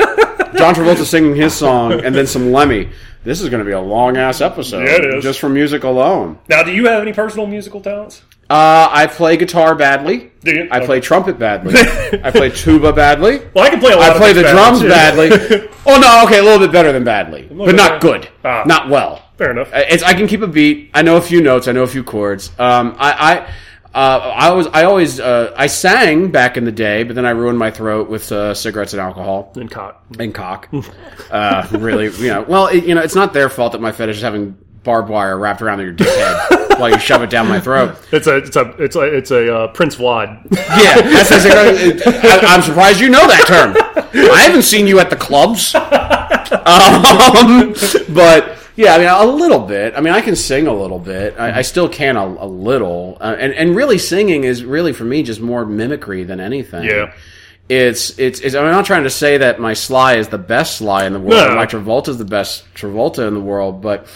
S2: John Travolta singing his song, and then some Lemmy. This is going to be a long ass episode.
S3: Yeah, it is.
S2: Just for music alone.
S3: Now, do you have any personal musical talents?
S2: Uh, I play guitar badly.
S3: Do you?
S2: I
S3: Okay.
S2: play trumpet badly. I play tuba badly.
S3: Well, I can play a lot.
S2: I
S3: of
S2: play
S3: things
S2: the
S3: bad,
S2: drums
S3: too.
S2: badly. Oh no, okay, a little bit better than badly, but
S3: bit
S2: not
S3: better.
S2: good,
S3: Ah.
S2: not well.
S3: Fair enough.
S2: I- It's I can keep a beat. I know a few notes. I know a few chords. Um, I I uh, I was I always uh, I sang back in the day, but then I ruined my throat with uh, cigarettes and alcohol
S4: and cock.
S2: and cock. uh, really, you know. Well, it, you know, it's not their fault that my fetish is having barbed wire wrapped around your dickhead while you shove it down my throat.
S4: It's a it's a it's a it's a uh, Prince Vlad.
S2: Yeah, that's that's I, I'm surprised you know that term. I haven't seen you at the clubs. Um, but yeah, I mean, a little bit. I mean, I can sing a little bit. I, I still can a, a little. Uh, and and really, singing is really for me just more mimicry than anything.
S4: Yeah.
S2: It's, it's, it's, I'm not trying to say that my Sly is the best Sly in the world,
S4: No.
S2: or my Travolta is the best Travolta in the world, but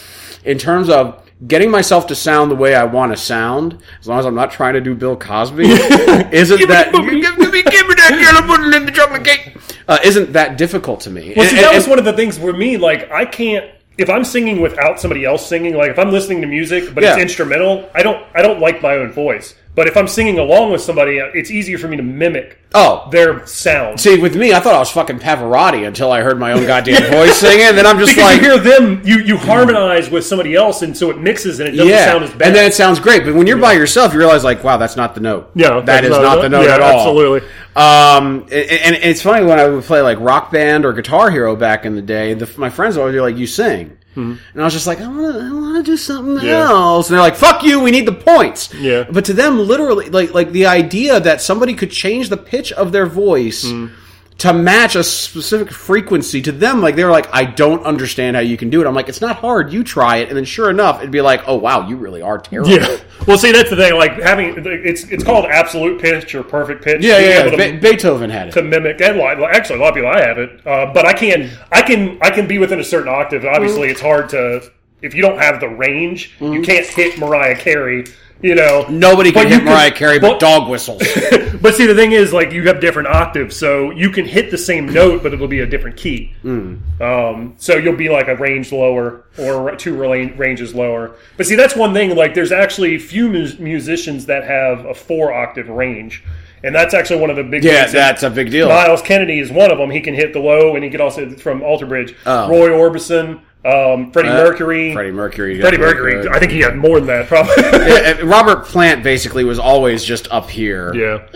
S2: in terms of getting myself to sound the way I want to sound, as long as I'm not trying to do Bill Cosby, isn't that give, me- give me that yellow pudding and the chocolate cake? Uh, isn't that difficult to me?
S3: Well, see, that was one of the things for me. Like, I can't if I'm singing without somebody else singing. Like, if I'm listening to music but
S2: Yeah.
S3: it's instrumental, I don't I don't like my own voice. But if I'm singing along with somebody, it's easier for me to mimic
S2: oh,
S3: their sound.
S2: See, with me, I thought I was fucking Pavarotti until I heard my own goddamn voice singing, and then I'm just
S3: because
S2: like,
S3: you hear them, you you harmonize with somebody else, and so it mixes and it doesn't
S2: yeah,
S3: sound as bad.
S2: and then it sounds great. But when you're by yourself, you realize like, wow, that's not the note.
S4: Yeah,
S2: that is not the note
S4: yeah,
S2: at all.
S4: Absolutely.
S2: Um, and, and and it's funny when I would play like Rock Band or Guitar Hero back in the day. The, my friends would always be like, "You sing," and I was just like, "I want to, I want to do something
S4: Yeah.
S2: else." And they're like, "Fuck you! We need the points."
S4: Yeah.
S2: But to them, literally, like like the idea that somebody could change the pitch of their voice. To match a specific frequency to them, like they were like, I don't understand how you can do it. I'm like, it's not hard. You try it, and then sure enough, it'd be like, oh wow, you really are terrible.
S4: Yeah.
S3: well, see, that's the thing. Like having it's it's called absolute pitch or perfect pitch.
S2: yeah,
S3: Being
S2: yeah.
S3: able
S2: yeah.
S3: to
S2: Be- Beethoven had it.
S3: to mimic and li- li- actually a lot of people I have it, uh, but I can I can I can be within a certain octave. Obviously, it's hard to if you don't have the range, you can't hit Mariah Carey. You know,
S2: Mm-hmm. Nobody
S3: But
S2: can
S3: you
S2: hit Mariah Carey, but
S3: but-
S2: dog whistles.
S3: But see, the thing is, like you have different octaves, so you can hit the same note, but it'll be a different key.
S2: Hmm.
S3: Um, so you'll be like a range lower or two rela- ranges lower. But see, that's one thing. Like, there's actually few mus- musicians that have a four octave range, and that's actually one of the big
S2: Yeah,
S3: things in-
S2: that's a big deal.
S3: Miles Kennedy is one of them. He can hit the low, and he can also from Alter Bridge.
S2: Oh. Uh,
S3: Roy Orbison, um, Freddie Mercury,
S2: Freddie Mercury.
S3: Freddie Mercury. I think he had more than that, probably.
S2: Yeah, uh, Robert Plant basically was always just up here.
S4: Yeah.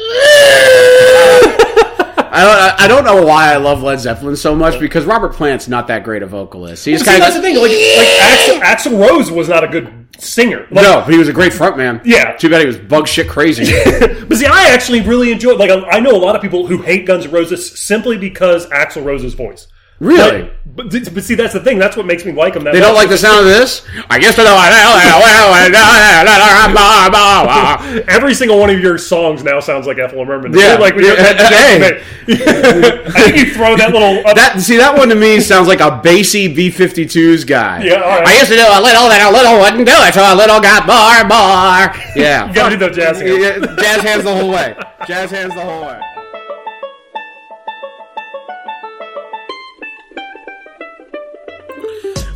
S2: I don't, I- I don't know why I love Led Zeppelin so much because Robert Plant's not that great a vocalist. He's
S3: See,
S2: kind
S3: that's the
S2: of
S3: thing. Like, like Axl, Axl Rose was not a good singer. Like,
S2: no, but he was a great frontman.
S3: Yeah.
S2: Too bad he was bug shit crazy.
S3: But see, I actually really enjoy. Like, I I know a lot of people who hate Guns N' Roses simply because Axl Rose's voice.
S2: really.
S3: But, but, see, that's the thing. That's what makes me like him. That
S2: They don't like the sound of this. I guess they don't. like-
S3: every single one of your songs now sounds like Ethel Merman.
S2: Yeah.
S3: like we did that
S2: Hey.
S3: today. I think you throw that little up,
S2: That see that one to me sounds like a bassy B 52s guy.
S3: Yeah, all right.
S2: I used to do a little, then a little wouldn't do it, so a little got more, more. Yeah,
S3: You gotta do the jazz hands.
S2: Yeah, jazz hands the whole way. Jazz hands the whole way.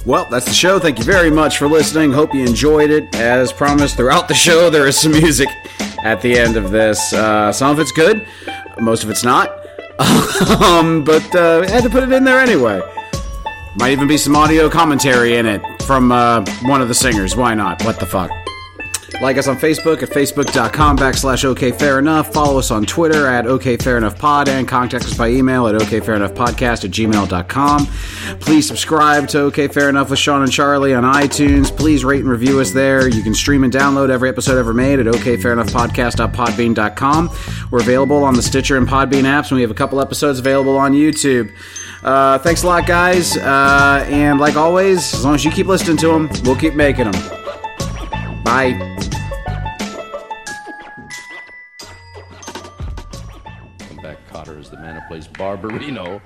S1: Well, that's the show. Thank you very much for listening. Hope you enjoyed it. As promised, throughout the show, there is some music at the end of this. Uh, some of it's good, most of it's not. um, but uh, I had to put it in there anyway. Might even be some audio commentary in it from uh, one of the singers. Why not? What the fuck? Like us on Facebook at facebook.com backslash OK Fair Enough. Follow us on Twitter at OK Fair Enough Pod and contact us by email at OK Fair Enough Podcast at gmail.com. Please subscribe to OK Fair Enough with Sean and Charlie on iTunes. Please rate and review us there. You can stream and download every episode ever made at OK Fair Enough Podcast.podbean.com. We're available on the Stitcher and Podbean apps, and we have a couple episodes available on YouTube. Uh, thanks a lot, guys. Uh, and like always, as long as you keep listening to them, we'll keep making them. Bye.
S6: Beck Cotter is the man who plays Barbarino.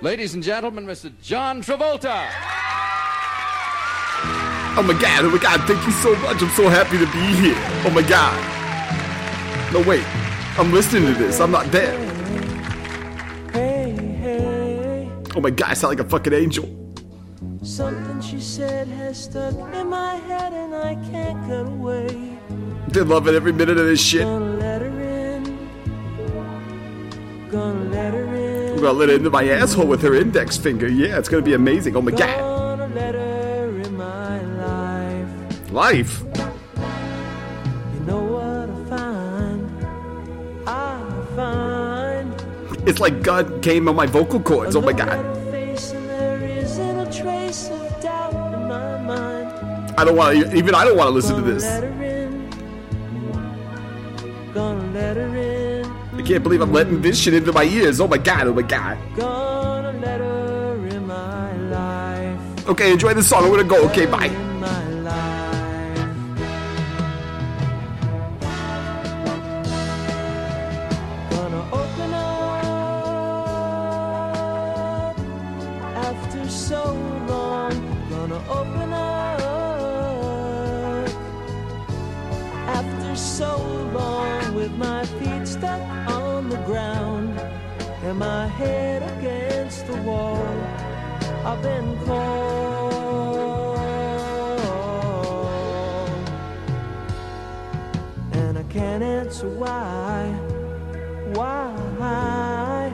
S6: Ladies and gentlemen, Mr. John Travolta.
S7: Oh my god, oh my god, thank you so much. I'm so happy to be here. Oh my god. No, wait, I'm listening to this. I'm not there.
S8: Hey, hey,
S7: Oh my god, I sound like a fucking angel.
S8: something she said has stuck in my head and I can't get away.
S7: Been loving every minute of this shit. I'm
S8: Gonna let her in. Gonna let her in.
S7: gonna let it into my asshole with her index finger. Yeah, it's gonna be amazing. Oh my god.
S8: Gonna let her in my life.
S7: Life.
S8: You know what I find? I find
S7: It's like God came on my vocal cords. Oh my
S8: look at
S7: god.
S8: her face and there isn't a trace of doubt in my mind.
S7: I don't wanna, even I don't wanna listen to
S8: Gonna
S7: this.
S8: let her in. Gonna let her in.
S7: I can't believe I'm letting this shit into my ears. Oh my god, oh my god.
S8: Gonna let her in my life.
S7: Okay, enjoy this song. I'm gonna go. Okay, bye.
S8: In my life. Gonna open up after so long. Gonna open up. move on with my feet stuck on the ground and my head against the wall. I've been called, and I can't answer why. Why?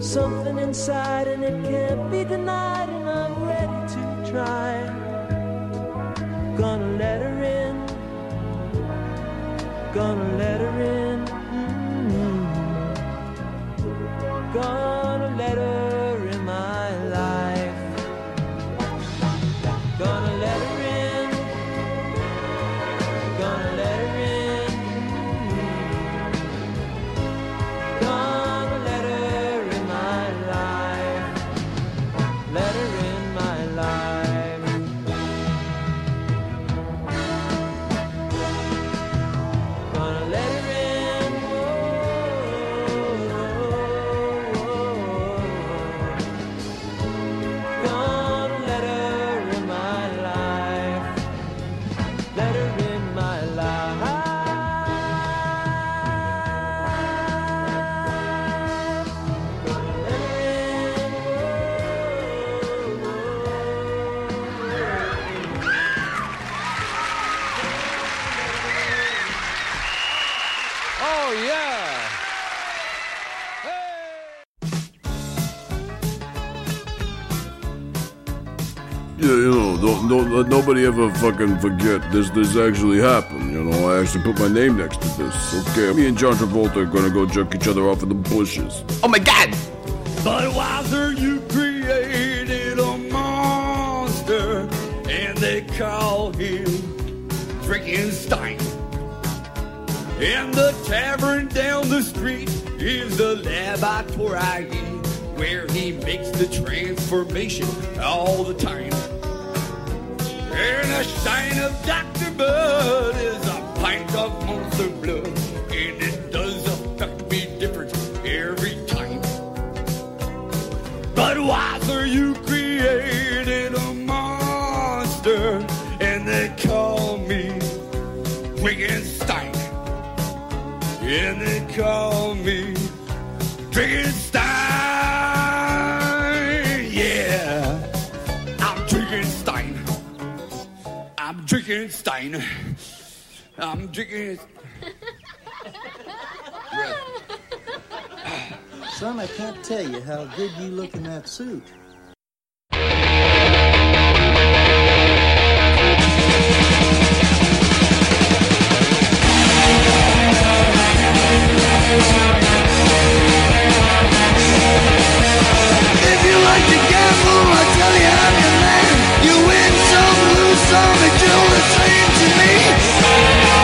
S8: Something inside and it can't be denied, and I'm ready to try gonna let her in gonna let her in mm. gonna let her in my life gonna let her in gonna let her in mm. gonna let her in my life let her in my life Gonna let her in. Whoa. Gonna let her in my life. Let her in my life. Gonna let her in. Whoa.
S6: Oh, yeah.
S5: Yeah, you know, don't, don't let nobody ever fucking forget this. This actually happened. You know, I actually put my name next to this. Okay, me and John Travolta are gonna go jerk each other off in the bushes.
S7: Oh my god!
S9: Budweiser, you created a monster, and they call him Frankenstein. And the tavern down the street is the laboratory where he makes the transformation all the time. And a shine of Dr. Bud is a pint of monster blood, and it does affect me different every time. Budweiser, you created a monster, and they call me Wittgenstein. And they call me Wittgenstein. Yeah, I'm Wittgenstein. I'm Wittgenstein. I'm Wittgenstein.
S10: Son, I can't tell you how good you look in that suit.
S9: If you like to gamble, I tell you I'm your man. You win some, lose some, it's all the same to me.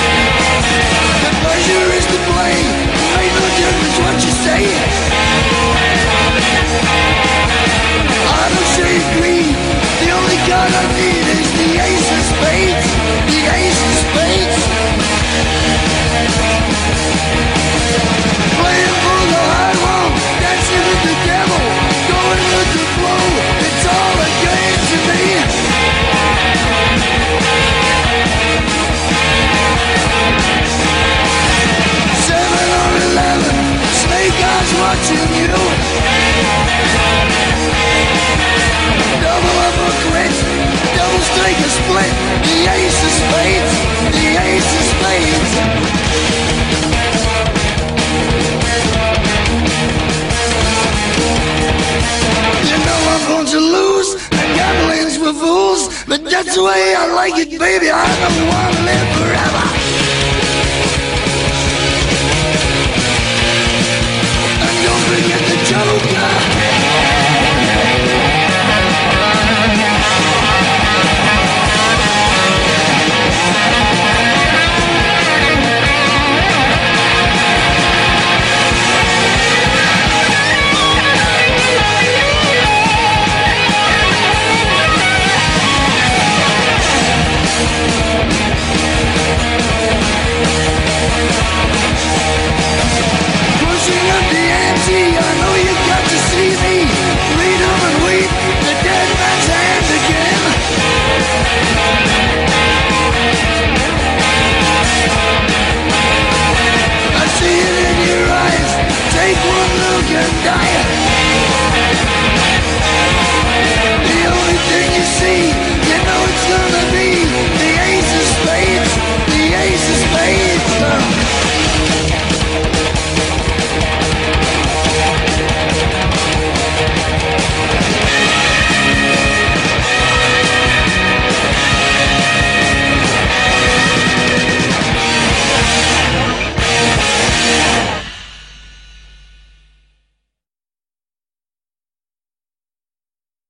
S9: The pleasure is to blame. Make no difference what you say. I don't shade green. The only card I need is the ace of spades. The ace of spades. Playing for the high low, dancing with the devil, going with the flow. It's all a game to me. Seven or eleven, snake eyes watching you. Double up or quit, doubles take a split. The ace of spades, the ace of spades. You know I'm going to lose. The gambling's for fools, but that's the way I like it, baby. I don't want to live forever.